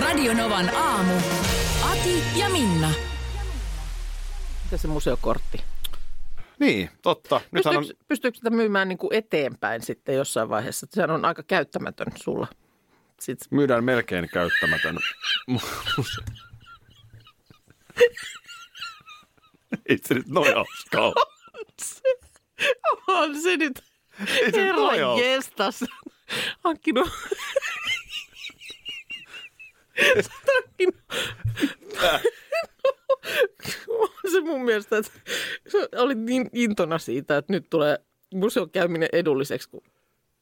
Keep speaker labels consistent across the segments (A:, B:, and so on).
A: Radionovan aamu. Ati ja Minna.
B: Mitä se museokortti?
C: Niin, totta. Nythän
B: Pystyykö,
C: on,
B: on... pystyykö sitä myymään niin kuin eteenpäin sitten jossain vaiheessa? Sehän on aika käyttämätön sulla. Sit,
C: myydään melkein käyttämätön. Ei se nyt noin hauskaa ole.
B: on se nyt,
C: Ei se nyt
B: herra
C: noin ole.
B: jestas, hankkinut... Sä oot hankkinut... on se mun mielestä, että sä olit niin intona siitä, että nyt tulee museokäyminen edulliseksi, kun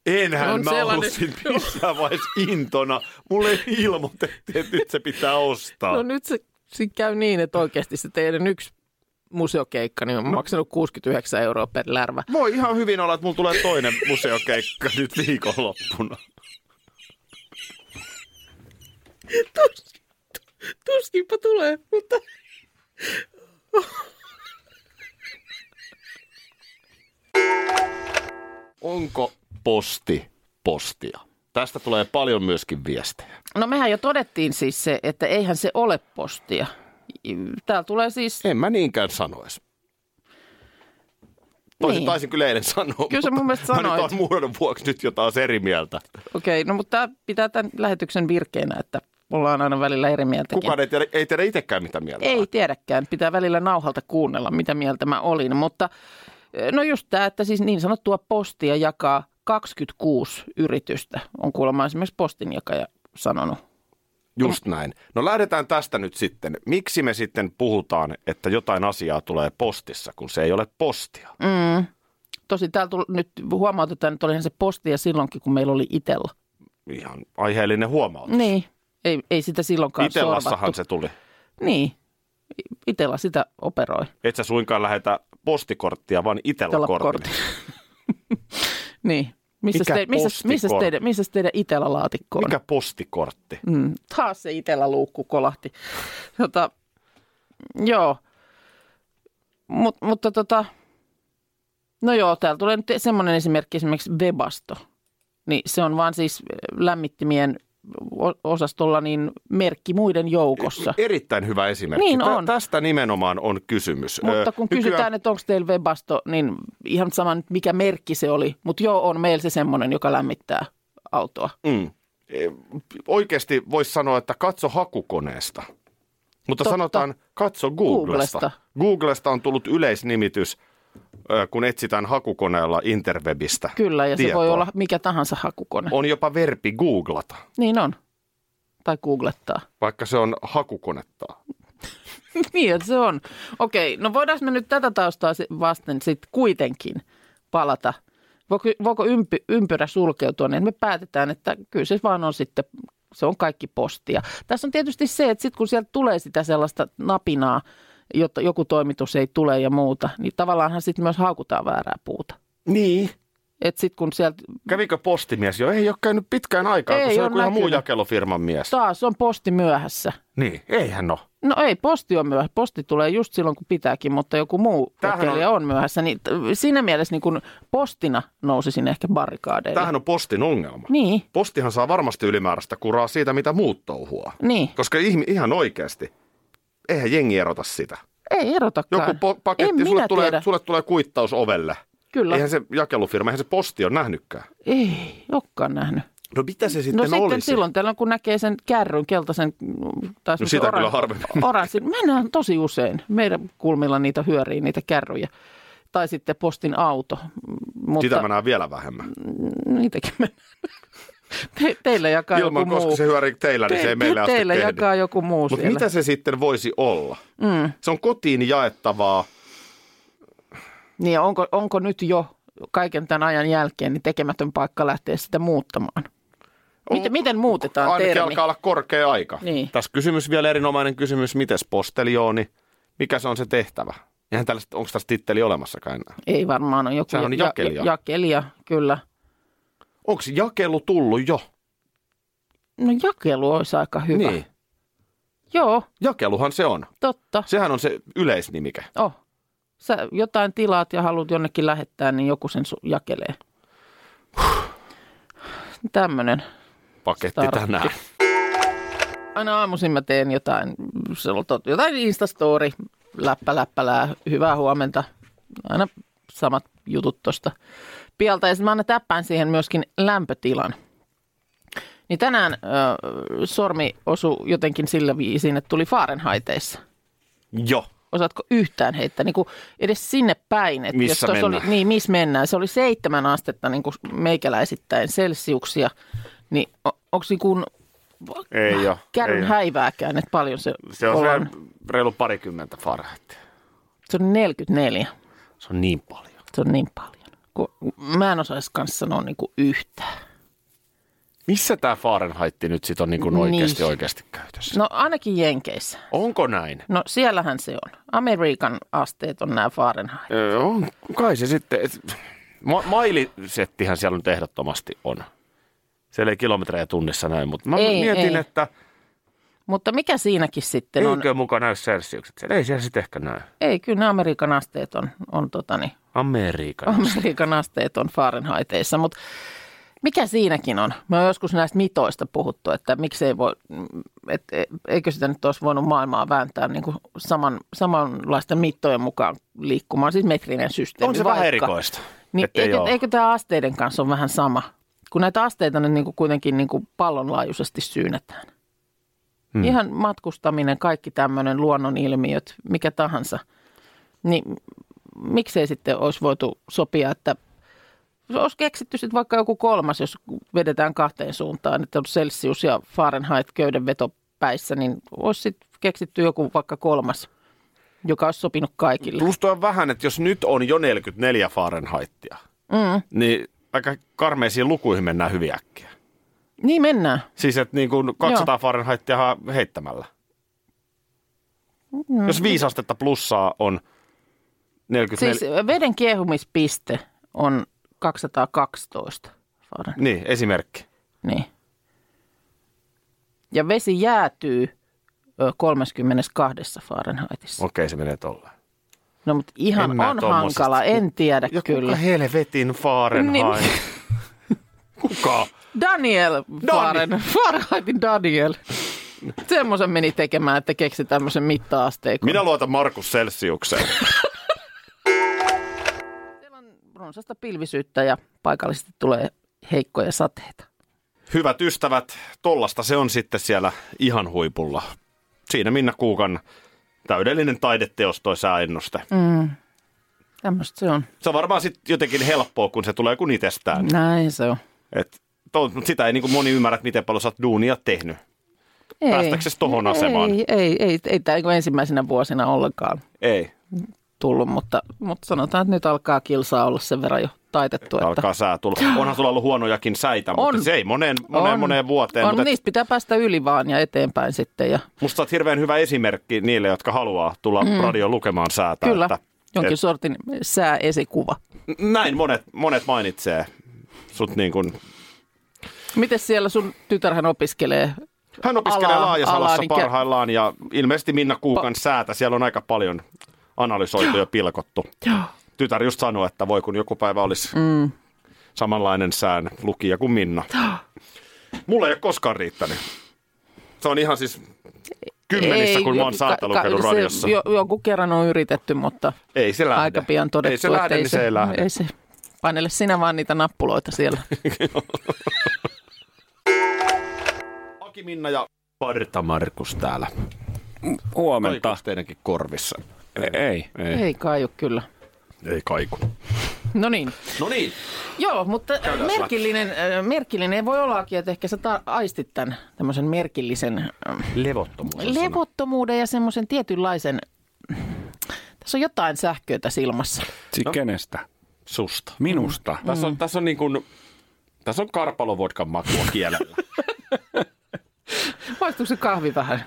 C: Enhän
B: On
C: mä
B: sellainen-
C: ollut sit missään vaiheessa intona. Mulle ilmoitettiin, että nyt se pitää ostaa.
B: No nyt se, se käy niin, että oikeasti se teidän yksi museokeikka niin on no. maksanut 69 euroa per lärvä.
C: Voi ihan hyvin olla, että mulla tulee toinen museokeikka nyt viikonloppuna.
B: Tus, tuskinpa tulee, mutta...
C: Onko posti postia? Tästä tulee paljon myöskin viestejä.
B: No mehän jo todettiin siis se, että eihän se ole postia. Täällä tulee siis...
C: En mä niinkään sanoisi. Toisin niin. taisin kyllä eilen sanoa.
B: Kyllä sä mun mielestä
C: Mä nyt
B: sanoit.
C: oon muodon vuoksi nyt jotain eri mieltä.
B: Okei, okay, no mutta tämä pitää tämän lähetyksen virkeinä, että ollaan aina välillä eri mieltäkin.
C: Kukaan ei tiedä, ei tiedä itsekään mitä mieltä.
B: Ei
C: on.
B: tiedäkään, pitää välillä nauhalta kuunnella, mitä mieltä mä olin, mutta no just tämä, että siis niin sanottua postia jakaa 26 yritystä, on kuulemma esimerkiksi postinjakaja sanonut.
C: Just näin. No lähdetään tästä nyt sitten. Miksi me sitten puhutaan, että jotain asiaa tulee postissa, kun se ei ole postia? Mm.
B: Tosi täällä tuli, nyt huomautetaan, että olihan se postia silloinkin, kun meillä oli Itella.
C: Ihan aiheellinen huomautus.
B: Mm. Niin, ei, ei sitä silloinkaan
C: Itellassahan
B: sorvattu.
C: se tuli.
B: Niin, Itella sitä operoi.
C: Et sä suinkaan lähetä postikorttia, vaan
B: Itella-kortti.
C: Itellakortin.
B: niin, missä
C: Mikä
B: te, missä, missä
C: postikor-
B: teidän, missä teidän Itella-laatikko on?
C: Mikä postikortti?
B: Mm, taas se itellä luukku kolahti. Tota, joo. Mut, mutta tota, no joo, täällä tulee nyt semmoinen esimerkki esimerkiksi Webasto. Niin se on vaan siis lämmittimien o- osastolla niin merkki muiden joukossa.
C: Erittäin hyvä esimerkki.
B: Niin
C: Tä-
B: on.
C: Tästä nimenomaan on kysymys.
B: Mutta
C: Ö,
B: kun kysytään, että onko teillä Webasto, niin ihan sama nyt mikä merkki se oli. Mutta joo, on meillä se semmoinen, joka lämmittää autoa.
C: Mm. E, Oikeasti voisi sanoa, että katso hakukoneesta. Mutta
B: Totta.
C: Totta. sanotaan, katso Googlesta.
B: Googlesta.
C: Googlesta. Googlesta on tullut yleisnimitys, ö, kun etsitään hakukoneella interwebistä
B: Kyllä, ja se
C: tietoa.
B: voi olla mikä tahansa hakukone.
C: On jopa verbi googlata,
B: Niin on. Tai googlettaa.
C: vaikka se on hakukonetta.
B: Niin, että se on. Okei, no voidaanko me nyt tätä taustaa si- vasten sitten kuitenkin palata? Voiko, voiko ympi, ympyrä sulkeutua, niin me päätetään, että kyllä se vaan on sitten, se on kaikki postia. Tässä on tietysti se, että sitten kun sieltä tulee sitä sellaista napinaa, jotta joku toimitus ei tule ja muuta, niin tavallaanhan sitten myös haukutaan väärää puuta.
C: Niin.
B: Että sitten kun sieltä
C: Kävikö postimies jo? Ei ole käynyt pitkään aikaa,
B: Ei
C: kun se
B: ole
C: on joku ihan muu
B: näkynyt.
C: jakelufirman mies.
B: taas on posti myöhässä.
C: Niin, eihän ole.
B: No ei, posti on myöhässä. Posti tulee just silloin, kun pitääkin, mutta joku muu
C: Tämähän
B: jakelija on... on myöhässä. Niin t- siinä mielessä niin kun postina nousisin ehkä barrikaadeille.
C: Tämähän on postin ongelma.
B: Niin,
C: Postihan saa varmasti ylimääräistä kuraa siitä, mitä muut touhuaa.
B: niin.
C: Koska ihmi, ihan oikeasti, eihän jengi erota sitä.
B: Ei erotakaan.
C: Joku po-
B: en
C: paketti,
B: minä
C: sulle tulee,
B: tiedä.
C: sulle tulee kuittaus ovelle.
B: Kyllä.
C: Eihän se jakelufirma, eihän se posti ole nähnytkään.
B: Ei, olekaan nähnyt.
C: No mitä se sitten
B: No sitten
C: olisi?
B: silloin tällä kun näkee sen kärryn, keltaisen tai
C: No
B: semmoisen
C: sitä
B: oran-
C: kyllä harvemmin.
B: Oranssin. Mä näen tosi usein. Meidän kulmilla niitä hyörii, niitä kärryjä. Tai sitten postin auto. Mutta
C: Sitä mä näen vielä vähemmän.
B: niitäkin mä näen. Te, teillä jakaa
C: Ilman,
B: joku
C: koska
B: muu.
C: se hyörii teillä, niin se ei meille asti
B: teillä
C: kehdy.
B: jakaa joku muu
C: Mutta
B: siellä.
C: mitä se sitten voisi olla? Mm. Se on kotiin jaettavaa.
B: Niin onko, onko nyt jo kaiken tämän ajan jälkeen niin tekemätön paikka lähteä sitä muuttamaan? Miten, miten muutetaan
C: Ainakin
B: termi?
C: alkaa olla korkea aika.
B: Niin.
C: Tässä kysymys vielä erinomainen kysymys, mites postelijooni, mikä se on se tehtävä? Eihän tällaista, onko tässä titteli olemassakaan enää?
B: Ei varmaan ole joku.
C: Sehän on jakelija.
B: jakelija, kyllä.
C: Onko jakelu tullut jo?
B: No jakelu olisi aika hyvä.
C: Niin.
B: Joo,
C: Jakeluhan se on.
B: totta.
C: Sehän on se yleisnimike.
B: Oh. Sä jotain tilaat ja haluat jonnekin lähettää, niin joku sen su- jakelee. Tämmönen.
C: Paketti
B: Startti.
C: tänään.
B: Aina aamuisin mä teen jotain, se on tot- jotain Instastory, läppä, läppä, lää, hyvää huomenta. Aina samat jutut tuosta pialta. Ja sitten mä aina täppään siihen myöskin lämpötilan. Niin tänään ö, sormi osui jotenkin sillä viisiin, että tuli Fahrenheiteissa.
C: Jo.
B: osaatko yhtään heittää niin kuin edes sinne päin. Että
C: Missä
B: jos tuossa
C: mennään?
B: Oli, niin, missä mennään. Se oli seitsemän astetta niin kuin meikäläisittäin selsiuksia. Niin onko niin kuin
C: Ei ole.
B: kärryn häivääkään, että paljon se,
C: Se on
B: on?
C: se reilu parikymmentä Fahrenheitia.
B: Se on 44.
C: Se on niin paljon.
B: Se on niin paljon. Kun, mä en osaisi kanssa sanoa niin kuin yhtään.
C: Missä tämä Fahrenheit nyt sit on niin
B: Niin.
C: oikeasti oikeasti käytössä?
B: No ainakin Jenkeissä.
C: Onko näin?
B: No siellähän se on. Amerikan asteet on nämä Fahrenheit.
C: Öö, on, kai se sitten. Et, ma- mailisettihän siellä nyt ehdottomasti on. Siellä ei kilometrejä tunnissa näin, mutta mä
B: Ei, ei.
C: mietin, että
B: Mutta mikä siinäkin sitten on?
C: eikö muka näy selsiukset. Siellä ei siellä sitten ehkä näy.
B: Ei, kyllä ne Amerikan asteet on, on tota niin,
C: Amerikan.
B: Amerikan asteet on Fahrenheiteissa, mutta mikä siinäkin on? Mä oon joskus näistä mitoista puhuttu, että miksei voi, et, e- eikö sitä nyt olisi voinut maailmaa vääntää niin kuin saman, samanlaisten mittojen mukaan liikkumaan, siis metrinen systeemi.
C: on se
B: vaikka.
C: vähän erikoista.
B: Niin,
C: ettei
B: eikö,
C: oo.
B: eikö tämä asteiden kanssa ole vähän sama? Kun näitä asteita nyt niin kuin kuitenkin niin kuin pallonlaajuisesti syynätään. Hmm. Ihan matkustaminen, kaikki tämmöinen luonnonilmiöt, mikä tahansa. Niin miksei sitten olisi voitu sopia, että olisi keksitty sitten vaikka joku kolmas, jos vedetään kahteen suuntaan, että on Celsius ja Fahrenheit köydenveto päissä, niin olisi sitten keksitty joku vaikka kolmas, joka olisi sopinut kaikille.
C: Plus tuo on Niin. vähän, että jos nyt on jo 44 Fahrenheitia, mm. niin aika karmeisiin lukuihin mennään hyvin äkkiä.
B: Niin mennään.
C: Siis että niin kuin 200 Joo. Fahrenheitia heittämällä. Mm. Jos viisi astetta plussaa on 44...
B: Siis veden kiehumispiste on 212 Fahrenheit.
C: Niin, esimerkki.
B: Niin. Ja vesi jäätyy ö, 32 Fahrenheitissa.
C: Okei, se menee tolleen.
B: No mutta ihan
C: En
B: on
C: mä tommosesta-
B: hankala, en tiedä
C: Ja kuka
B: kyllä.
C: helvetin Fahrenheit? Niin. Kuka?
B: Daniel Fahren, Fahrenheitin Daniel. Semmoisen meni tekemään, että keksi tämmöisen mitta-asteikon.
C: Minä luotan Markus Celsiukseen.
B: Siellä on runsasta pilvisyyttä ja paikallisesti tulee heikkoja sateita.
C: Hyvät ystävät, tollasta se on sitten siellä ihan huipulla. Siinä Minna Kuukan täydellinen taideteos toi sääennuste. Mm.
B: Tämmöistä se on.
C: Se on varmaan sitten jotenkin helppoa, kun se tulee kun itsestään.
B: Näin se on.
C: Et, to, mut sitä ei niin kuin moni ymmärrä, että miten paljon sä oot duunia tehnyt.
B: Ei.
C: Päästäksesi tohon asemaan?
B: Ei, ei, ei, ei tämä niin ensimmäisenä vuosina ollenkaan
C: Ei,
B: tullut, mutta, mutta sanotaan, että nyt alkaa kilsaa olla sen verran jo taitettu. Että
C: alkaa sää tulla. Onhan sulla ollut huonojakin säitä, mutta
B: On.
C: se ei moneen, moneen,
B: on-
C: moneen vuoteen.
B: On,
C: mutta
B: mutta
C: et-
B: niistä pitää päästä yli vaan ja eteenpäin sitten. Ja
C: Musta sä oot hirveän hyvä esimerkki niille, jotka haluaa tulla mm. radio lukemaan säätä.
B: kyllä,
C: että-
B: jonkin
C: et-
B: sortin sääesikuva.
C: Näin monet, monet mainitsee sut niin kuin...
B: Miten siellä sun tytärhän opiskelee?
C: Hän opiskelee
B: Alaa-
C: Laajasalassa
B: alaa, niin kä-
C: parhaillaan ja ilmeisesti Minna Kuukan säätä. Siellä on aika paljon analysoitu ja pilkottu.
B: Joo.
C: Tytär just sanoi, että voi kun joku päivä olisi mm. samanlainen sään lukija kuin Minna. Mulla ei ole koskaan riittänyt. Se on ihan siis kymmenissä, kun mä oon säätä lukenut radiossa.
B: Jo, jonkun kerran on yritetty, mutta
C: Ei se lähde.
B: aika pian
C: ei
B: todettu,
C: se lähde,
B: että ei
C: niin se ei lähde.
B: ei se. Painele sinä vaan niitä nappuloita siellä.
C: Aki Minna ja Parta Markus täällä.
D: Huomenta.
C: Kaikus teidänkin korvissa.
D: Ei.
C: Niin.
B: ei kai ole kyllä.
C: Ei kaiku.
B: No niin.
C: No niin.
B: Joo, mutta merkillinen, äh, merkillinen ei voi ollaakin, että ehkä sä ta- aistit tämän tämmöisen merkillisen äh,
C: Levottomuus.
B: levottomuuden ja semmoisen tietynlaisen, tässä on jotain sähköitä silmassa.
D: Si- Kenestä?
C: Susta.
D: Minusta. Mm.
C: Tässä on, tässä on niin kuin, Tässä on karpalovodkan makua kielellä.
B: Maistuuko se kahvi vähän?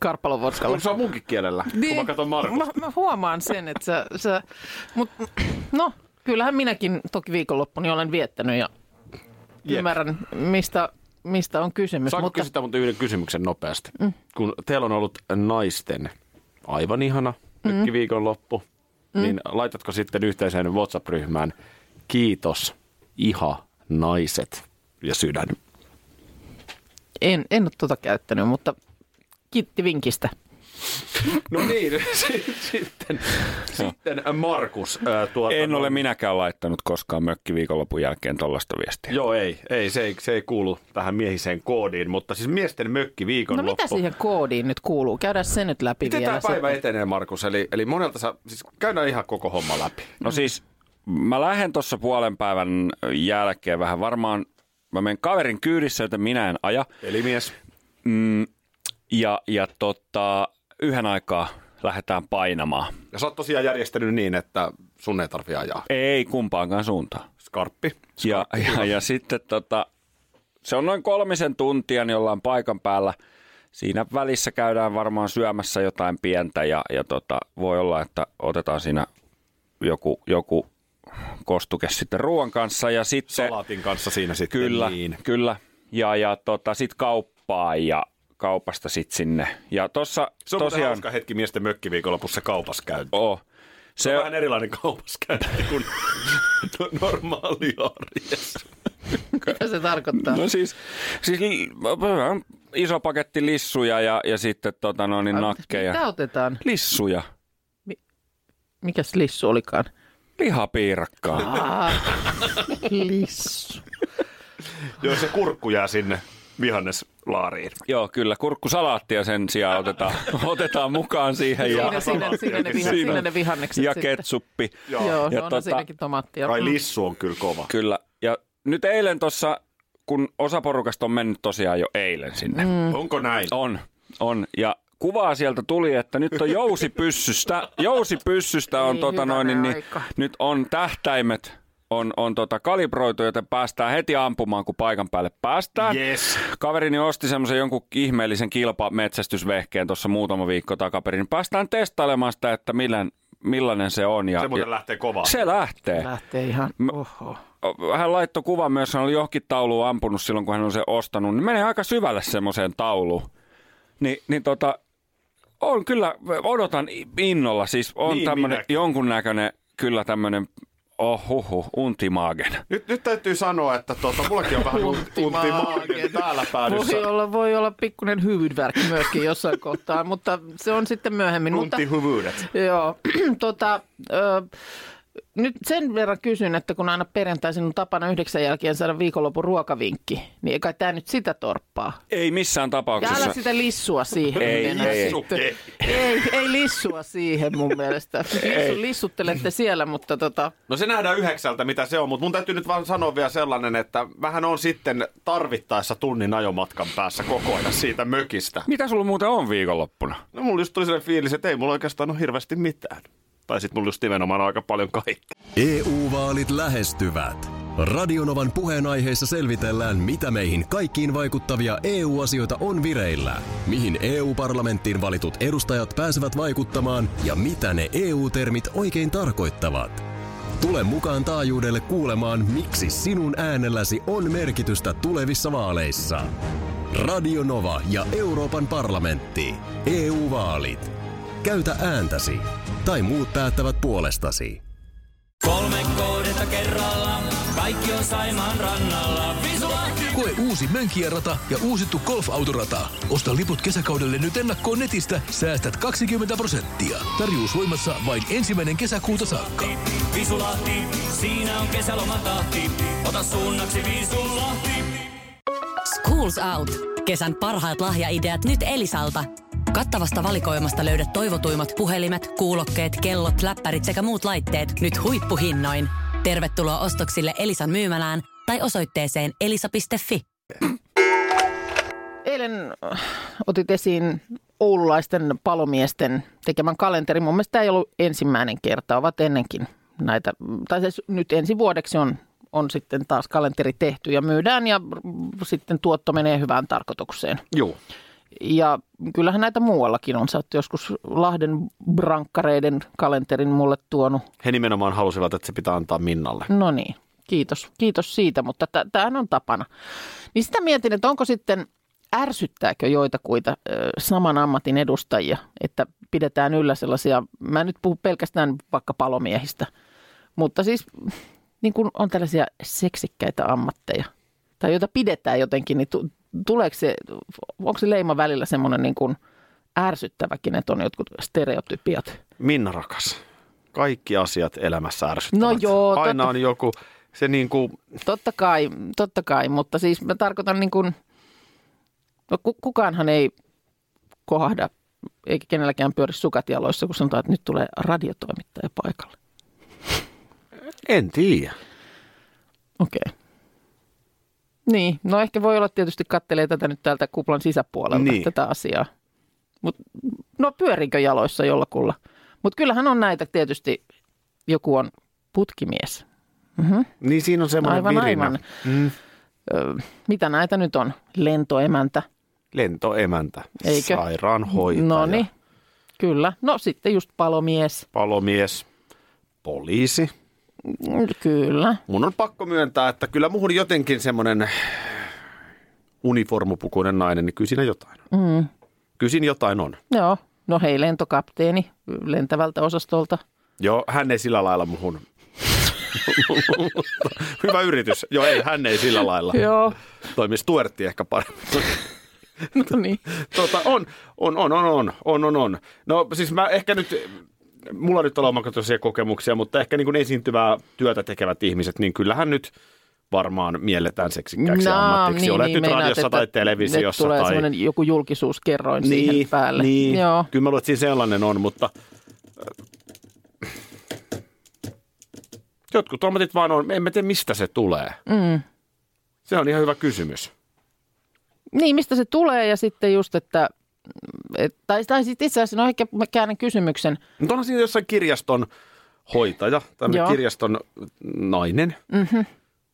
B: Karpalovodkalla.
C: se on munkin kielellä, kun mä katson Markusta.
B: mä, mä, huomaan sen, että sä, sä mut, no, kyllähän minäkin toki viikonloppuni olen viettänyt ja
C: Jep.
B: ymmärrän, mistä, mistä on kysymys.
C: Saanko
B: mutta
C: kysyä mutta yhden kysymyksen nopeasti? Mm. Kun teillä on ollut naisten aivan ihana mökkiviikonloppu, mm. niin laitatko sitten yhteiseen WhatsApp-ryhmään kiitos, iha, naiset ja sydän?
B: en, en ole tuota käyttänyt, mutta kiitti vinkistä.
C: No niin, sitten, sitten Markus. Ää, tuota,
D: En ole minäkään laittanut koskaan mökkiviikonlopun jälkeen tuollaista viestiä.
C: Joo, ei, ei se, ei, se ei kuulu tähän miehiseen koodiin, mutta siis miesten
B: No
C: mökkiviikonloppu.
B: mitä siihen koodiin nyt kuuluu? Käydään se nyt läpi
C: Miten
B: vielä.
C: tämä päivä
B: sitten.
C: etenee, Markus? Eli, eli monelta sä, siis käydään ihan koko homma läpi.
D: No siis mä lähden tuossa puolen päivän jälkeen vähän varmaan, mä menen kaverin kyydissä, joten minä en aja.
C: Eli mies.
D: Ja, ja tota, yhden aikaa lähdetään painamaan.
C: Ja sä oot tosiaan järjestänyt niin, että sun ei tarvi ajaa.
D: Ei kumpaankaan suuntaan.
C: Skarppi.
D: Ja, ja, ja sitten tota, se on noin kolmisen tuntia, niin ollaan paikan päällä. Siinä välissä käydään varmaan syömässä jotain pientä ja, ja tota, voi olla, että otetaan siinä joku, joku kostuke sitten ruoan kanssa ja sitten...
C: Salaatin kanssa siinä sitten.
D: Kyllä,
C: Niin.
D: kyllä. Ja, ja tota, sitten kauppaa ja kaupasta sitten sinne. Ja tossa
C: Se on Tosiaan.
D: tosiaan...
C: hauska hetki miesten mökkiviikonlopussa se kaupaskäynti.
D: Oo.
C: Se
D: Se,
C: on vähän erilainen kaupaskäynti kuin no- normaali arjessa.
B: Mitä se tarkoittaa?
D: No siis, siis li- iso paketti lissuja ja, ja sitten tota, no, niin nakkeja.
B: Mitä otetaan?
D: Lissuja,
B: Mikäs lissu olikaan?
D: lihapiirakkaa.
B: Lissu.
C: Joo, se kurkku jää sinne vihanneslaariin.
D: Joo, kyllä, kurkkusalaattia sen sijaan otetaan, otetaan mukaan siihen. Ja,
B: Siinä, siinä, siinä, ne, viha, siinä ne vihannekset
D: ja
B: sitten.
D: ketsuppi.
B: Joo,
C: Joo,
B: Joo
D: ja
B: no,
D: tota-
B: no siinäkin tomaattia.
C: Ai lissu on kyllä kova.
D: Kyllä. Ja nyt eilen tuossa, kun osa porukasta on mennyt tosiaan jo eilen sinne. Mm.
C: Onko näin?
D: On, on. Ja kuvaa sieltä tuli, että nyt on jousipyssystä, jousipyssystä on,
B: Ei
D: tota
B: hyvänen
D: noin, niin, niin,
B: aika.
D: nyt on tähtäimet on, on tota kalibroitu, joten päästään heti ampumaan, kun paikan päälle päästään.
C: Yes.
D: Kaverini osti semmoisen jonkun ihmeellisen kilpametsästysvehkeen tuossa muutama viikko takaperin. Niin päästään testailemaan sitä, että millän, millainen se on. Ja,
C: Se muuten
D: ja,
C: lähtee kovaa.
D: se lähtee.
B: Lähtee ihan, oho.
D: Hän laittoi kuvan myös, hän oli johonkin tauluun ampunut silloin, kun hän on sen ostanut. Niin menee aika syvälle semmoiseen tauluun. Ni, niin tota, on kyllä, odotan innolla. Siis on
C: Niin,
D: niin, tämmöinen
C: minäkin.
D: jonkunnäköinen, kyllä tämmöinen, oh huhu, untimaagen.
C: Nyt, nyt täytyy sanoa, että tuota, mullakin on vähän
B: Untimaagen.
C: untimaagen täällä päädyssä.
B: Voi olla, voi olla pikkuinen hyvydvärk myöskin jossain kohtaa, mutta se on sitten myöhemmin. Mutta,
C: Untihyvyydet.
B: joo, tota, ö, nyt sen verran kysyn, että kun aina perjantaisin on tapana yhdeksän jälkeen saada viikonlopun ruokavinkki, niin eikä tämä nyt sitä torppaa.
D: Ei missään
B: Ja
D: tapauksessa.
B: älä sitä lissua siihen.
D: Ei,
B: enää
D: ei, ei.
B: sitten.
C: Ei.
B: ei, ei lissua siihen mun mielestä. Lissu, lissuttelette siellä, mutta tota,
C: No se nähdään yhdeksältä, mitä se on, mutta mun täytyy nyt vaan sanoa vielä sellainen, että vähän on sitten tarvittaessa tunnin ajomatkan päässä koko ajan siitä mökistä.
D: Mitä sulla muuten on viikonloppuna?
C: No mulla just tuli sellainen fiilis, että ei mulla oikeastaan ole hirveästi mitään. Tai sitten mulla just nimenomaan aika paljon kaikkea.
E: EU-vaalit E lähestyvät. Radionovan puheenaiheessa selvitellään, mitä meihin kaikkiin vaikuttavia EU-asioita on vireillä, mihin EU-parlamenttiin valitut edustajat pääsevät vaikuttamaan ja mitä ne EU-termit oikein tarkoittavat. Tule mukaan taajuudelle kuulemaan, miksi sinun äänelläsi on merkitystä tulevissa vaaleissa. Radio Nova ja Euroopan parlamentti. EU-vaalit. Käytä ääntäsi. Tai muut päättävät puolestasi.
F: Kolme kohdetta kerralla, kaikki on Saimaan rannalla. Visulahti!
G: Koe uusi Mönkijärata ja uusittu golfautorata. Osta liput kesäkaudelle nyt ennakkoon netistä, säästät 20 prosenttia. Tarjous voimassa vain ensimmäinen kesäkuuta saakka.
F: Visulahti, siinä on kesälomatahti. Ota suunnaksi Visulahti!
H: Schools Out. Kesän parhaat lahjaideat nyt Elisalta. Kattavasta valikoimasta löydät toivotuimmat puhelimet, kuulokkeet, kellot, läppärit sekä muut laitteet nyt huippuhinnoin. Tervetuloa ostoksille Elisan myymälään tai osoitteeseen elisa.fi.
B: Eilen äh, otit esiin oululaisten palomiesten tekemän kalenteri. Mun mielestä tämä ei ollut ensimmäinen kerta, ovat ennenkin näitä, tai siis nyt ensi vuodeksi on on sitten taas kalenteri tehty ja myydään ja r- sitten tuotto menee hyvään tarkoitukseen.
C: Joo.
B: Ja kyllähän näitä muuallakin on. Sä oot joskus Lahden brankkareiden kalenterin mulle tuonut.
C: He nimenomaan halusivat, että se pitää antaa Minnalle.
B: No niin, kiitos. Kiitos siitä, mutta tämähän on tapana. Niin sitä mietin, että onko sitten, ärsyttääkö joitakuita ö, saman ammatin edustajia, että pidetään yllä sellaisia, mä en nyt puhu pelkästään vaikka palomiehistä, mutta siis niin kun on tällaisia seksikkäitä ammatteja, tai joita pidetään jotenkin, niin tu- tuleeko se, onko se leima välillä semmoinen niin kuin ärsyttäväkin, että on jotkut stereotypiat?
C: Minna rakas, kaikki asiat elämässä ärsyttävät.
B: No joo, totta.
C: Aina on joku, se niin kuin,
B: Totta kai, totta kai, mutta siis mä tarkoitan niin kuin, no ku- kukaanhan ei kohda, eikä kenelläkään pyöri sukat jaloissa, kun sanotaan, että nyt tulee radiotoimittaja paikalle.
C: en tiedä.
B: Okei. Okay. Niin, no ehkä voi olla tietysti kattelee tätä nyt täältä kuplan sisäpuolelta,
C: Niin.
B: niin. tätä asiaa. Mut, no pyörikö jaloissa jollakulla? Mutta kyllähän on näitä tietysti, joku on putkimies.
C: Niin siinä on semmoinen
B: Aivan,
C: virinä.
B: aivan.
C: Mm.
B: Ö, mitä näitä nyt on? Lentoemäntä.
C: Lentoemäntä,
B: Eikö?
C: sairaanhoitaja,
B: No niin, kyllä. No sitten just palomies,
C: palomies, poliisi.
B: Mm, kyllä.
C: Mun on pakko myöntää, että kyllä muhun jotenkin semmoinen uniformupukuinen nainen, niin kyllä siinä jotain on. Mm. Kyllä siinä jotain on.
B: Joo, no hei lentokapteeni lentävältä osastolta.
C: Joo, hän ei sillä lailla muhun. Hyvä yritys. Joo, ei, hän ei sillä lailla.
B: Joo,
C: Toimi Stuartti ehkä paremmin.
B: no niin.
C: Tota, on, on, on, on, on, on, on, on. No siis mä ehkä nyt, mulla nyt on omakohtaisia kokemuksia, mutta ehkä niin kuin esiintyvää työtä tekevät ihmiset, niin kyllähän nyt varmaan mielletään seksikkäiksi no, ammatiksi. Niin, Olet niin, nyt
B: meinaat,
C: radiossa
B: että
C: tai
B: nyt
C: televisiossa
B: tulee
C: tai...
B: semmoinen joku julkisuuskerroin niin, siihen päälle.
C: Niin,
B: Joo.
C: kyllä mä luulen, että siinä sellainen on, mutta jotkut tommatit vaan on, emme tiedä mistä se tulee. Mm. Se on ihan hyvä kysymys.
B: Niin, mistä se tulee ja sitten just, että... Et, tai, tai sitten itse asiassa, no ehkä mä käännän kysymyksen.
C: Mutta onhan siinä jossain kirjaston hoitaja, tämmöinen
B: Joo. Mhm.
C: kirjaston nainen. Mm-hmm.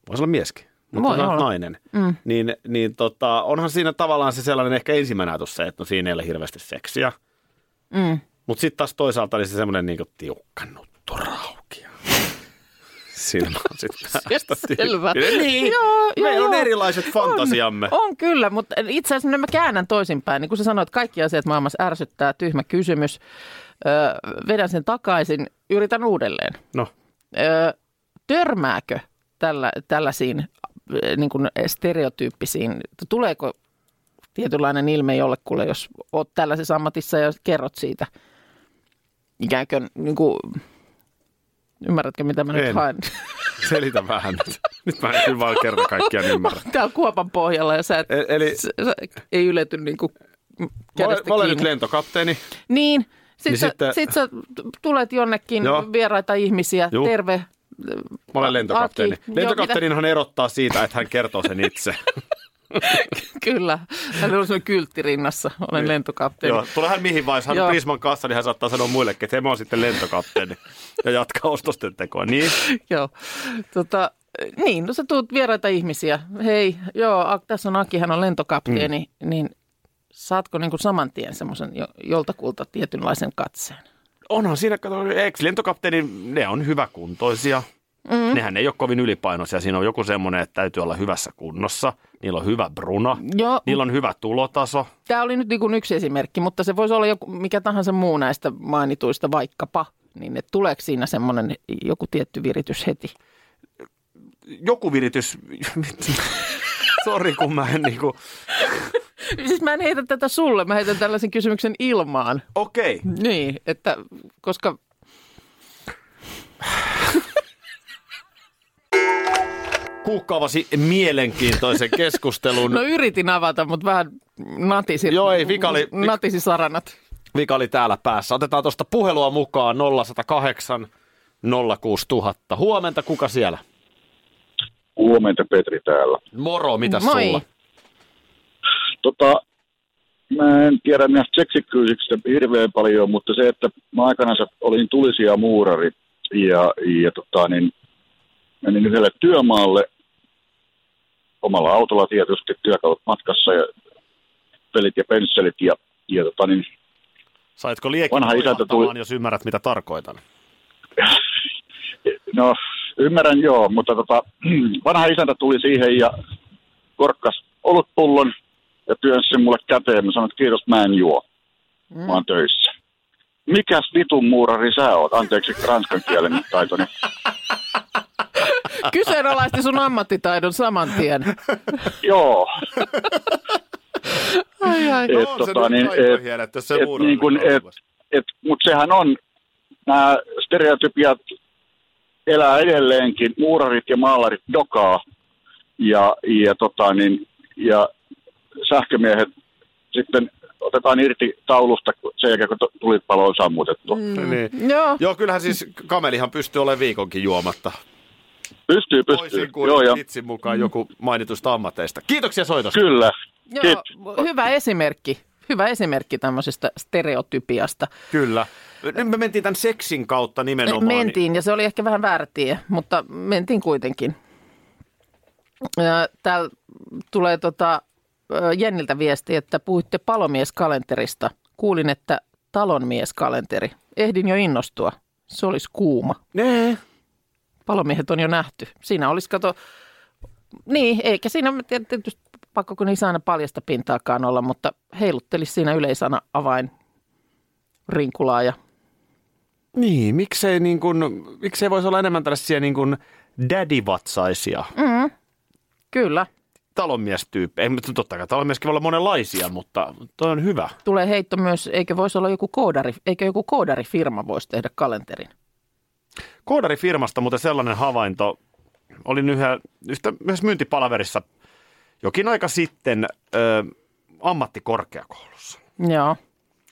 C: Voisi olla mieskin, mutta
B: Voi
C: Voi
B: olla.
C: nainen. Mm. Niin, niin tota, onhan siinä tavallaan se sellainen ehkä ensimmäinen ajatus se, että no siinä ei ole hirveästi seksiä.
B: Mm.
C: Mutta sitten taas toisaalta niin se semmoinen niinku tiukka nuttu raukia. Siinä on sitten päästä
B: Selvä.
C: tyyppinen. Niin.
B: Joo, joo,
C: Meillä on
B: joo.
C: erilaiset fantasiamme.
B: On, on kyllä, mutta itse asiassa no mä käännän toisinpäin. Niin kuin sä sanoit, kaikki asiat maailmassa ärsyttää, tyhmä kysymys. Öö, vedän sen takaisin, yritän uudelleen.
C: No,
B: Öö, törmääkö tällä, tällaisiin öö, niin kuin stereotyyppisiin, tuleeko tietynlainen ilme jollekulle, jos oot tällaisessa ammatissa ja kerrot siitä? Ikään kuin, niin kuin ymmärrätkö mitä mä
C: En.
B: nyt haen?
C: selitä vähän nyt. Nyt mä en kyllä vaan kerta kaikkiaan ymmärrä.
B: Tää on kuopan pohjalla ja sä et
C: E- Eli
B: sä, sä ei ylety niin kuin
C: mä olen,
B: kädestä
C: mä olen nyt
B: kiinni.
C: lentokapteeni.
B: niin, sit,
C: Niin
B: niin sä,
C: sitten-
B: sitten... sit sä tulet jonnekin
C: Joo.
B: Joo. vieraita ihmisiä,
C: Juu.
B: Juh. terve. äh,
C: Mä olen lentokapteeni.
B: Aki, joo,
C: Lentokapteeninhan erottaa siitä, että hän kertoo sen itse.
B: Kyllä, hänellä on sellainen kyltti rinnassa, olen niin. lentokapteeni.
C: Joo, tulee hän mihin vaiheessa, hän on
B: Joo.
C: Prisman kassa, niin hän saattaa sanoa muillekin, että he mä oon sitten lentokapteeni ja jatkaa ostosten tekoa. Niin,
B: Joo. Tota, niin, no sä tuut vieraita ihmisiä. Hei, joo, A- tässä on Aki, hän on lentokapteeni, mm. niin saatko niin kuin saman tien semmoisen jo, joltakulta tietynlaisen katseen?
C: onhan siinä, kato, eikö lentokapteeni, ne on hyväkuntoisia. Mm. Nehän ei ole kovin ylipainoisia. Siinä on joku semmoinen, että täytyy olla hyvässä kunnossa. Niillä on hyvä bruna.
B: Joo,
C: Niillä on hyvä tulotaso.
B: Tämä oli nyt niin kuin yksi esimerkki, mutta se voisi olla joku, mikä tahansa muu näistä mainituista vaikkapa. Niin että tuleeko siinä semmoinen joku tietty viritys heti?
C: Joku viritys... Sori, kun mä en niinku...
B: Siis mä en heitä tätä sulle, mä heitän tällaisen kysymyksen ilmaan.
C: Okei. Okay.
B: Niin, että koska...
C: Kuukkaavasi mielenkiintoisen keskustelun.
B: No yritin avata, mutta vähän natisi,
C: Joo, ei, vika oli-
B: natisi saranat.
C: Vika oli täällä päässä. Otetaan tuosta puhelua mukaan 0108 06000. Huomenta, kuka siellä?
I: Huomenta Petri täällä.
C: Moro, mitä
B: Moi.
C: sulla?
I: Tota, mä en tiedä näistä seksikkyisistä hirveän paljon, mutta se, että mä aikanaan olin tulisia muurari ja, ja tota, niin, menin yhdelle työmaalle omalla autolla tietysti työkalut matkassa ja pelit ja pensselit ja, ja tota, niin
C: Saitko liekin
I: Vanha isäntä
C: tuihahtamaan,
I: tuli-
C: jos ymmärrät, mitä tarkoitan?
I: No, ymmärrän joo, mutta tota, vanha isäntä tuli siihen ja korkkas olutpullon ja työnsi sen mulle käteen. Mä sanoin, että kiitos, mä en juo.
B: Mm.
I: Mä oon töissä. Mikäs vitun muurari sä oot? Anteeksi ranskan kielen niin- taitoni.
B: Kyseenalaisti sun ammattitaidon saman tien.
I: Joo.
B: Ai, ai.
C: No,
I: Et, tota, niin, et,
C: että
I: et, niin kuin, et, et, Mutta sehän on, nämä stereotypiat elää edelleenkin, muurarit ja maalarit dokaa ja, ja, tota, niin, ja sähkömiehet sitten otetaan irti taulusta kun- sen jälkeen, kun tu- tulipalo on sammutettu. Mm.
C: niin.
B: Joo.
C: Joo, kyllähän siis kamelihan pystyy olemaan viikonkin juomatta.
I: Pystyy, pystyy.
C: Toisin kuin
I: Joo, ja,
C: vitsin mukaan joku mainitusta ammateista. Kiitoksia soitosta.
I: kyllä.
B: Joo,
I: Kiitos.
B: hyvä esimerkki. Hyvä esimerkki tämmöisestä stereotypiasta.
C: Kyllä. Nyt me mentiin tämän seksin kautta nimenomaan.
B: Mentiin, ja se oli ehkä vähän väärä tie, mutta mentiin kuitenkin. Ja Täällä tulee tota ö, Jenniltä viesti, että puhuitte palomieskalenterista. Kuulin, että talonmieskalenteri. Ehdin jo innostua. Se olisi kuuma.
C: Nee.
B: Palomiehet on jo nähty. Siinä olisi, kato, niin, eikä siinä tiet- tietysti pakko, kun ei saa aina paljasta pintaakaan olla, mutta heiluttelisi siinä yleisana avain rinkulaa ja
C: Niin, miksei, niin kuin, miksei voisi olla enemmän tällaisia niin kuin daddy-vatsaisia
B: kyllä.
C: talonmiestyyppejä. Ei, mutta Totta kai talonmieskin voi olla monenlaisia, mutta toi on hyvä.
B: Tulee heitto myös, eikö voisi olla joku koodari, eikö joku koodarifirma voisi tehdä kalenterin?
C: Koodarifirmasta muuten sellainen havainto. Olin yhä, yhtä, yhdessä myyntipalaverissa jokin aika sitten ö, ammattikorkeakoulussa.
B: Joo,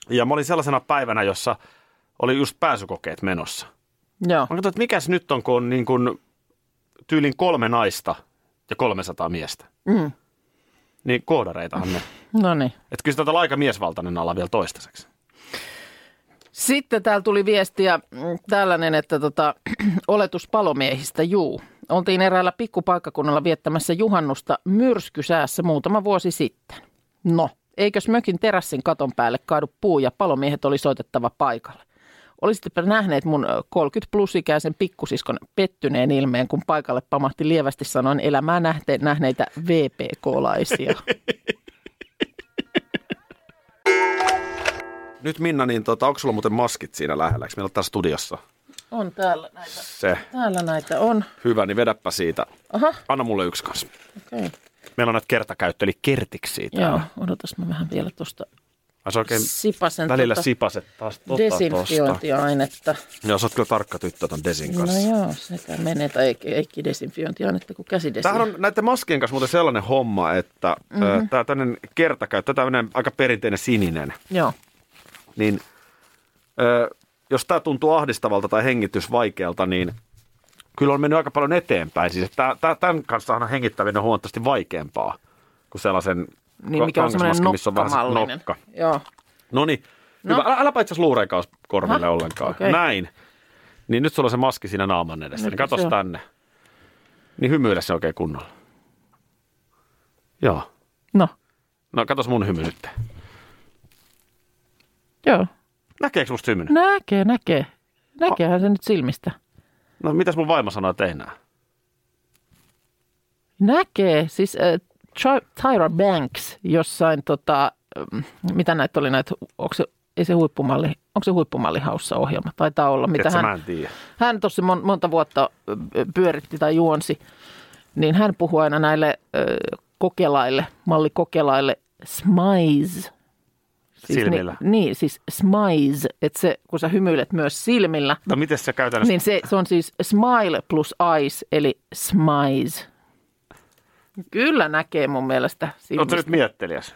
C: Ja mä olin sellaisena päivänä, jossa oli just pääsykokeet menossa.
B: joo.
C: Mä katsoin, että mikäs nyt on, kun on niin kuin tyylin kolme naista ja 300 miestä. Mm. Niin koodareitahan ne.
B: No niin.
C: Että kyllä sitä on aika miesvaltainen ala vielä toistaiseksi.
B: Sitten täällä tuli viestiä mm, tällainen, että tota, oletus palomiehistä, juu. Oltiin eräällä pikkupaikkakunnalla viettämässä juhannusta myrskysäässä muutama vuosi sitten. No, eikös mökin terassin katon päälle kaadu puu ja palomiehet oli soitettava paikalle. Olisittepa nähneet mun ö, 30 plus-ikäisen pikkusiskon pettyneen ilmeen, kun paikalle pamahti lievästi sanoen elämää nähte- nähneitä VPK-laisia.
C: Nyt Minna, niin tota, onko sulla muuten maskit siinä lähellä? Eikö meillä ole täällä studiossa?
B: On täällä näitä.
C: Se.
B: Täällä näitä on.
C: Hyvä, niin vedäpä siitä.
B: Aha,
C: Anna mulle yksi kanssa.
B: okei. Okay.
C: Meillä on näitä kertakäyttö, eli kertiksi
B: Joo,
C: täällä.
B: odotas mä vähän vielä tuosta
C: Ai sä oikein
B: sipasen
C: välillä
B: tota
C: sipaset taas tota tosta.
B: desinfiointiainetta.
C: Joo, sä oot kyllä tarkka tyttö ton desin
B: No
C: kanssa.
B: joo, sekä menee, tai ei, ei desinfiointiainetta kuin
C: Tämähän
B: käsidesinfiointi.
C: on näiden maskien kanssa muuten sellainen homma, että
B: Mhm.
C: mm-hmm. tämä tämmöinen kertakäyttö, tämmöinen aika perinteinen sininen,
B: Joo,
C: niin ö, jos tämä tuntuu ahdistavalta tai hengitys vaikealta, niin kyllä on mennyt aika paljon eteenpäin. Siis, että tää- tämän kanssa on hengittäminen on huomattavasti vaikeampaa kuin sellaisen
B: niin
C: ka-
B: mikä on semmoinen
C: kangasmaskin, missä on vähän se
B: nokkamallinen.
C: nokka.
B: Joo,
C: No niin, no. hyvä. Älä, äläpä itse asiassa luureikaus korville
B: Aha,
C: ollenkaan. Okay.
B: okei.
C: Näin. Niin nyt sulla on se maski siinä naaman edessä,
B: Nyt
C: niin katos
B: se on.
C: tänne. Niin hymyile se oikein kunnolla. Joo.
B: no,
C: No katos mun hymy nyt.
B: joo.
C: Näkeekö musta hymyn?
B: Näkee, näkee. Näkeehän se nyt silmistä.
C: No mitäs mun vaimo sanoo, että ei näe?
B: Näkee, siis äh, Ty- Tyra Banks jossain, tota, ähm, mitä näitä oli näitä, onko se, ei se huippumalli, onko se huippumallihaussa ohjelma, taitaa olla, mitä
C: Et sä,
B: hän,
C: mä en tiedä.
B: hän tuossa mon, monta vuotta ö, ö, pyöritti tai juonsi, niin hän puhuu aina näille ö, kokelaille, mallikokelaille smize.
C: Silmillä.
B: Niin, niin, siis smize, että se, kun sä hymyilet myös silmillä,
C: No miten se käytännössä?
B: niin se, se on siis smile plus eyes, eli smize. Kyllä näkee mun mielestä
C: Niin, Oletko
B: silmistä.
C: nyt miettelijäs?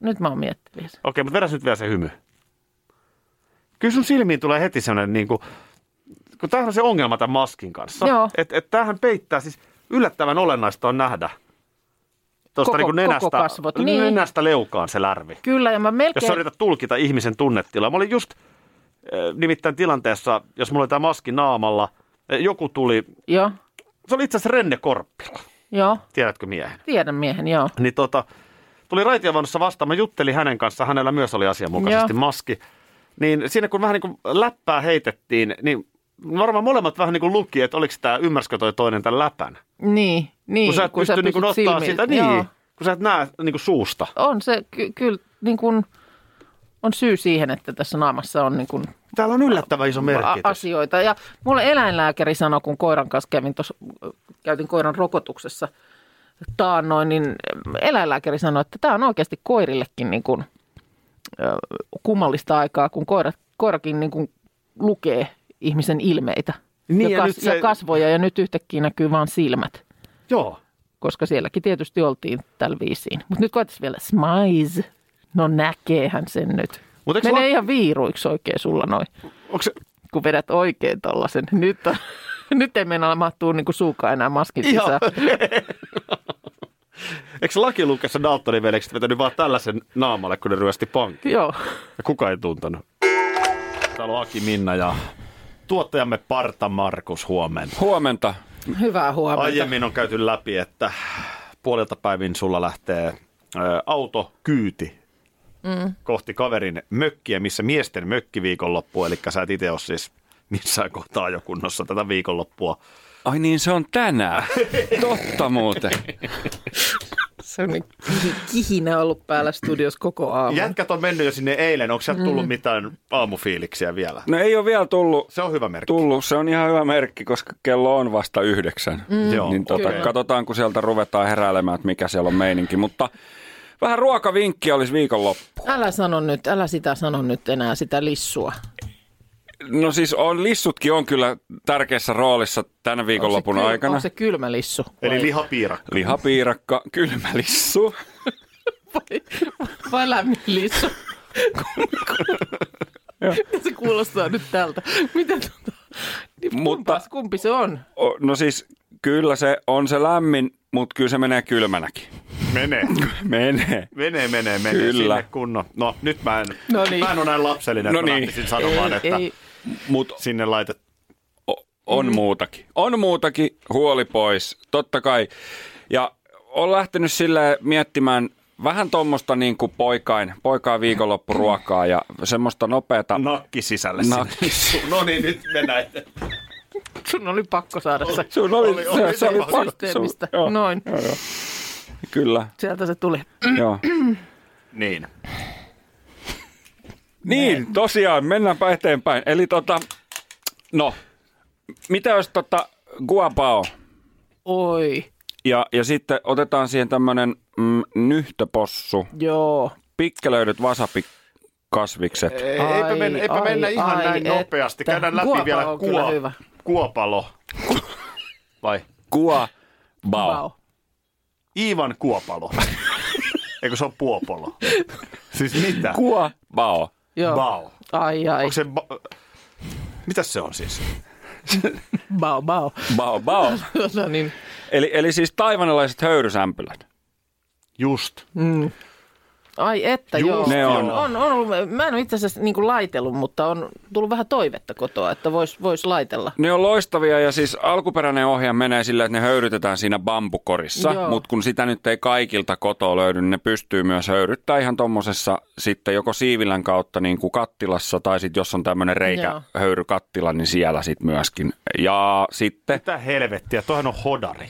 B: Nyt mä oon miettinyt.
C: Okei, mutta vedäs nyt vielä se hymy. Kyllä sun silmiin tulee heti sellainen, niin kuin, kun tämähän on se ongelma tämän maskin kanssa.
B: Joo.
C: Että et tämähän peittää, siis yllättävän olennaista on nähdä tuosta
B: Koko-
C: niin kuin
B: koko
C: nenästä,
B: kasvot, niin.
C: nenästä leukaan se lärvi.
B: Kyllä, ja mä
C: Jos sä
B: melkein...
C: yrität tulkita ihmisen tunnetilaa. Mä olin just eh, äh, nimittäin tilanteessa, jos mulla oli tämä maski naamalla, äh, eh, joku tuli
B: Joo,
C: se oli itse asiassa Renne Korppila,
B: Joo,
C: tiedätkö miehen?
B: tiedän miehen, joo.
C: Niin tota, tuli raitiovaunussa vastaan, mä juttelin hänen kanssaan, hänellä myös oli asianmukaisesti
B: Joo.
C: maski. Niin siinä kun vähän niin kuin läppää heitettiin, niin varmaan molemmat vähän niin kuin luki, että oliko tämä, ymmärsikö toi toinen tämän läpän.
B: Niin, niin.
C: kun sä et pysty niin kuin ottaa
B: pystyt
C: silmiin.
B: silmiltä.
C: sitä, niin,
B: Joo.
C: kun sä et näe niin kuin suusta.
B: On se ky- kyllä niin kuin, on syy siihen, että tässä naamassa on niin kuin
C: Täällä on yllättävän iso
B: a-
C: merkitys.
B: asioita. Ja mulle eläinlääkäri sanoi, kun koiran kanssa kävin tuossa, käytin koiran rokotuksessa taannoin, niin eläinlääkäri sanoi, että tämä on oikeasti koirillekin niin kuin, ö, kummallista aikaa, kun koira, koirakin niin kuin lukee ihmisen ilmeitä
C: Niin,
B: ja,
C: ja nyt
B: kas-
C: se-
B: ja kasvoja, ja nyt yhtäkkiä näkyy vain silmät.
C: Joo.
B: koska sielläkin tietysti oltiin tällä viisiin. Mutta nyt koetaisiin vielä smize. No näkeehän sen nyt.
C: Mut eikö
B: Menee
C: la-
B: ihan viiruiksi oikein sulla noin,
C: Onko se
B: kun vedät oikein tollasen. Nyt, on, nyt ei mennä mahtuu niinku suukaan enää maskin
C: Ihan.
B: sisään.
C: Eikö laki lukessa Daltonin veljekset vetänyt vaan tällaisen naamalle, kun ne ryösti pankki?
B: Joo.
C: Ja kuka ei tuntanut? Täällä on Aki Minna ja tuottajamme Parta Markus huomenna.
D: Huomenta.
B: Hyvää huomenta.
C: Aiemmin on käyty läpi, että puolelta päivin sulla lähtee ö, auto kyyti
D: Mm.
C: kohti kaverin mökkiä, missä miesten mökki viikonloppu, eli sä et itse ole siis missään kohtaa ajokunnossa tätä viikonloppua.
D: Ai niin, se on tänään. Totta muuten.
B: Se on niin kihinä ollut päällä studios koko aamu.
C: Jätkät on mennyt jo sinne eilen, onko sieltä
D: Mm.
C: tullut mitään aamufiiliksiä vielä?
D: No ei ole vielä tullut.
C: Se on hyvä merkki.
D: Tullut. Se on ihan hyvä merkki, koska kello on vasta yhdeksän. Mm,
C: Joo,
D: niin tota,
C: okei.
D: katsotaan, kun sieltä ruvetaan heräilemään, että mikä siellä on meininki. Mutta vähän ruokavinkkiä olisi viikonloppu.
B: Älä sano nyt, älä sitä sano nyt enää sitä lissua.
D: No siis on, lissutkin on kyllä tärkeässä roolissa tänä viikonlopun
B: Onko se kyl-
D: aikana.
B: Onko se kylmä lissu?
C: Eli
B: vai,
C: lihapiirakka.
D: Lihapiirakka, kylmä lissu.
B: vai, vai lämmin lissu? se kuulostaa nyt tältä. Mitä tuota? Niin
D: Mutta-
B: Mutta, kumpas, kumpi se on?
D: O- No siis kyllä se on se lämmin, mutta kyllä se menee kylmänäkin.
C: Menee.
D: Menee.
C: Menee, menee, menee.
D: Kyllä.
C: Sinne kunnon. No nyt mä en,
B: No niin.
C: mä en ole näin lapsellinen,
D: No
C: että mä
D: niin.
C: lähtisin sanomaan, että
B: ei,
D: Mut
C: sinne laitet.
D: o- on muutakin. On muutakin, huoli pois, totta kai. Ja on lähtenyt sille miettimään vähän tuommoista niin kuin poikain, poikain viikonloppuruokaa ja semmoista nopeata.
C: Nakki sisälle
D: Na-
C: sinne. No niin, nyt mennään.
B: sun oli pakko saada se
D: Sun oli,
C: Oli- oli
D: pakko- sun-
B: systeemistä. No.
D: joo,
B: Noin,
D: Kyllä,
B: sieltä se tuli.
D: joo.
C: Niin.
D: Niin, tosiaan, mennäänpä eteenpäin. Eli tota, no, mitä jos tota guapao
B: Oi,
D: ja, ja sitten otetaan siihen tämmönen mm, nyhtöpossu,
B: joo.
D: pikkelöidyt vasapikasvikset.
C: Ei, eipä
B: Ai,
C: mennä, eipä
B: ai,
C: mennä ihan
B: ai,
C: näin
B: että.
C: nopeasti. Käydään läpi
B: Kuopalo
C: vielä
B: on kyllä
C: kuo-
B: hyvä.
C: Kuopalo. Vai?
D: Guapao.
B: Vau.
C: Iivan Kuopalo. Eikö se on Puopolo? Siis mitä?
D: Guapao.
B: Joo.
C: Bao.
B: Ai ai,
C: Onko se ba- Mitäs se on siis?
B: bao bao.
D: Bao, bao.
B: no niin,
D: Eli, eli siis taivanalaiset höyrysämpylät.
C: Just.
B: ai että
C: Juu,
B: joo.
D: ne on.
B: on, on ollut, mä en ole itse asiassa niin laitellut, mutta on tullut vähän toivetta kotoa, että vois, vois laitella.
D: Ne on loistavia ja siis alkuperäinen ohja menee sillä, että ne höyrytetään siinä bambukorissa,
B: Joo.
D: mutta kun sitä nyt ei kaikilta kotoa löydy, niin ne pystyy myös höyryttää ihan tuommoisessa sitten joko siivilän kautta niin kuin kattilassa tai sitten jos on tämmöinen
B: Joo.
D: reikähöyrykattila, niin siellä sitten myöskin. Ja sitten,
C: Mitä helvettiä? Toihan on hodari.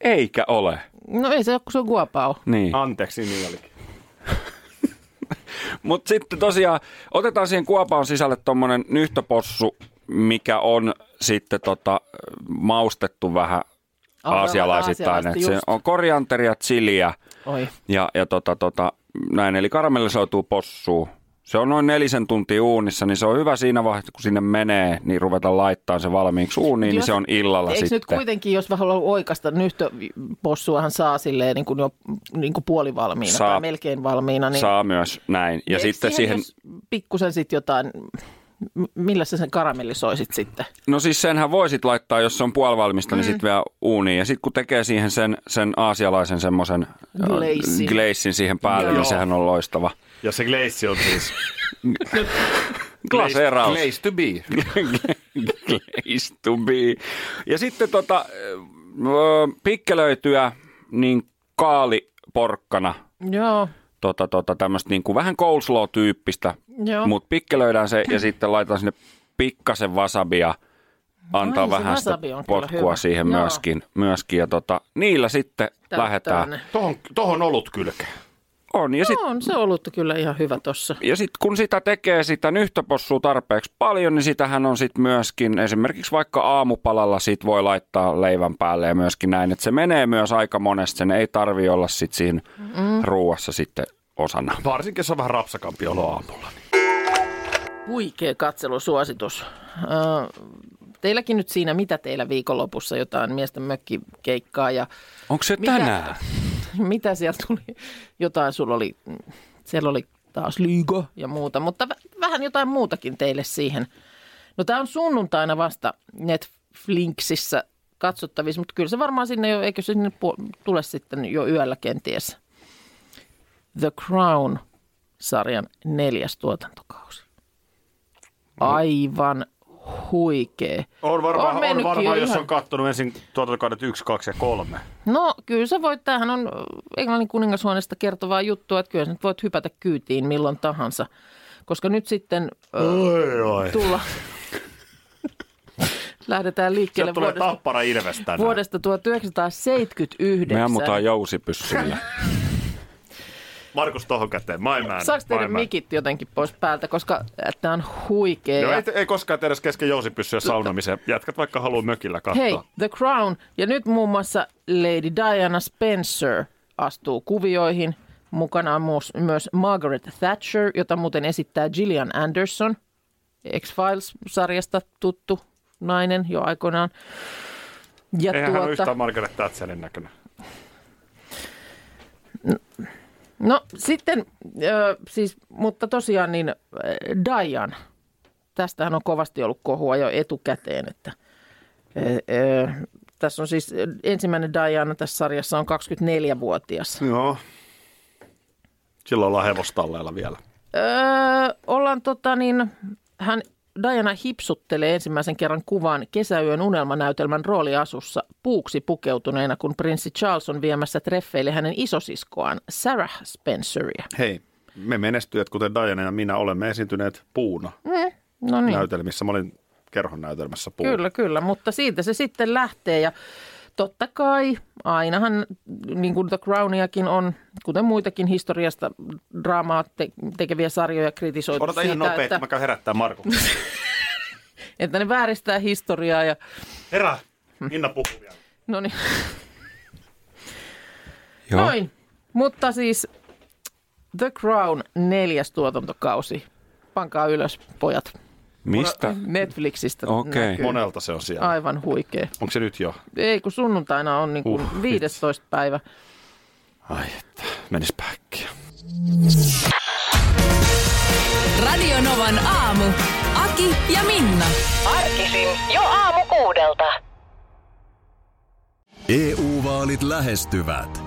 D: eikä ole.
B: No ei se ole, kun se on guapao.
D: Niin.
C: Anteeksi, niin olikin.
D: Mutta sitten tosiaan otetaan siihen kuopaan sisälle tuommoinen nyhtöpossu, mikä on sitten tota, maustettu vähän
B: Aasiala-
D: aasialaisittain.
B: aasialaista,
D: Et se
B: just.
D: on korianteria, chiliä
B: Oi.
D: ja, ja tota, tota, näin. Eli karamellisoituu possuun. Se on noin nelisen tuntia uunissa, niin se on hyvä siinä vaiheessa, kun sinne menee, niin ruveta laittaa se valmiiksi uuniin, niin
B: Jos-
D: se on illalla
B: Eikö
D: sitten.
B: nyt kuitenkin, jos mä haluan oikasta, nyhtöpossuahan saa silleen niin kuin jo niin kuin puolivalmiina
D: Saa.
B: tai melkein valmiina. Niin
D: Saa myös näin. Ja
B: Eikö
D: sitten siihen,
B: jos pikkusen sitten jotain, m- millä sä sen karamellisoisit sitten?
D: No siis senhän voisit laittaa, jos se on puolivalmista, mm. niin sitten vielä uuniin. Ja sitten kun tekee siihen sen, sen aasialaisen semmoisen
B: Glazein.
D: gleissin siihen päälle,
B: Joo.
D: niin sehän on loistava.
C: Ja se gleissi on siis...
D: Glaseeraus.
C: Place to be.
D: Place to be. Ja sitten tota, öö, pikkelöityä niin kaaliporkkana,
B: Joo,
D: tota, tota, tämmöistä niin kuin vähän coleslaw-tyyppistä,
B: Joo.
D: mutta pikkelöidään se ja sitten laitetaan sinne pikkasen wasabia, antaa
B: Ai, se
D: vähän sitä
B: wasabi on kyllä
D: potkua
B: hyvä.
D: siihen
B: Joo.
D: myöskin, myöskin. Ja tota, niillä sitten
B: tää-
D: lähdetään.
B: tänne.
C: Tohon, tohon olut kylkeen.
D: On, ja sitten
B: No On se ollut kyllä ihan hyvä tossa.
D: ja sit kun sitä tekee sitä nyhtöpossua tarpeeksi paljon, niin sitähän on sitten myöskin, esimerkiksi vaikka aamupalalla sit voi laittaa leivän päälle ja myöskin näin, että se menee myös aika monesti, sen ei tarvi olla sit siinä mm. ruuassa sitten osana.
C: Varsinkin se on vähän rapsakampi olo aamulla. Niin.
B: Huikea katselusuositus. Ö, teilläkin nyt siinä, mitä teillä viikonlopussa jotain miesten mökkikeikkaa ja
D: Onko se
B: Mitä?
D: tänään?
B: mitä siellä tuli? Jotain sulla oli, siellä oli taas liigo ja muuta, mutta vä- vähän jotain muutakin teille siihen. No tämä on sunnuntaina vasta Netflixissä katsottavissa, mutta kyllä se varmaan sinne jo, eikö se sinne puol- tule sitten jo yöllä kenties. The Crown-sarjan neljäs tuotantokausi. Aivan huikea.
C: No. On varmaan,
B: On
C: on
B: mennytkin
C: on varmaan
B: jo
C: jos
B: ihan-
C: on kattonut ensin tuotantokaudet 1, 2 ja 3.
B: No kyllä sä voit, tämähän on Englannin kuningashuoneesta kertovaa juttua, että kyllä sä nyt voit hypätä kyytiin milloin tahansa. Koska nyt sitten ö,
C: Oi, oi.
B: tulla, lähdetään liikkeelle
C: Sieltä tulee
B: vuodesta,
C: tappara Ilves tänään.
B: vuodesta 1979.
D: Me ammutaan jousipyssyllä.
C: Markus tohon käteen. Mä en mä en.
B: Saaks teidän
C: Mä en mä en.
B: mikit jotenkin pois päältä, koska tämä on huikea.
C: Joo,
B: ja-
C: ei, ei koskaan tehdä kesken jousipyssyä saunamiseen. Jätkät vaikka haluaa mökillä katsoa.
B: Hei, The Crown. Ja nyt muun muassa Lady Diana Spencer astuu kuvioihin. Mukana on muus- myös Margaret Thatcher, jota muuten esittää Gillian Anderson, X-Files-sarjasta tuttu nainen jo aikoinaan. Ja
C: Eihän hän ole
B: tuota,
C: yhtään Margaret Thatcherin näköinen.
B: no sitten, ö, siis, mutta tosiaan niin ö, Diane, tästähän on kovasti ollut kohua jo etukäteen, että ö, ö, tässä on siis ö, ensimmäinen Diana tässä sarjassa on 24-vuotias.
C: Joo. Silloin ollaan hevostalleilla vielä.
B: Öö, ollaan tota niin, hän Diana hipsuttelee ensimmäisen kerran kuvan kesäyön unelmanäytelmän rooliasussa puuksi pukeutuneena, kun prinssi Charles on viemässä treffeille hänen isosiskoaan Sarah Spenceria.
C: Hei, me menestyjät, kuten Diana ja minä, olemme esiintyneet puuna
B: No niin,
C: näytelmissä. Mä olin kerhon näytelmässä puuna.
B: kyllä, kyllä, mutta siitä se sitten lähtee ja totta kai ainahan niin kuin The Crowniakin on, kuten muitakin historiasta draamaa te- tekeviä sarjoja kritisoitu
C: Odota
B: siitä,
C: ihan nopeasti,
B: että,
C: että... mä käyn herättää Markuksen.
B: että ne vääristää historiaa ja
C: Herää! Minna puhuu vielä.
B: no niin.
D: Joo.
B: Noin. Mutta siis The Crown neljäs tuotantokausi. Pankaa ylös, pojat.
D: Mistä?
B: Uhum. Netflixistä
D: Okei.
B: näkyy.
C: Monelta se on siellä. Ai.
B: Aivan huikea.
C: Onko se nyt jo?
B: Ei, kun sunnuntaina on niin kuin
C: Uh,
B: 15. päivä.
C: Ai että, menis päkkiä.
A: Radio Novan aamu. Aki ja Minna.
J: Arkisin jo aamu kuudelta.
E: EU-vaalit E lähestyvät.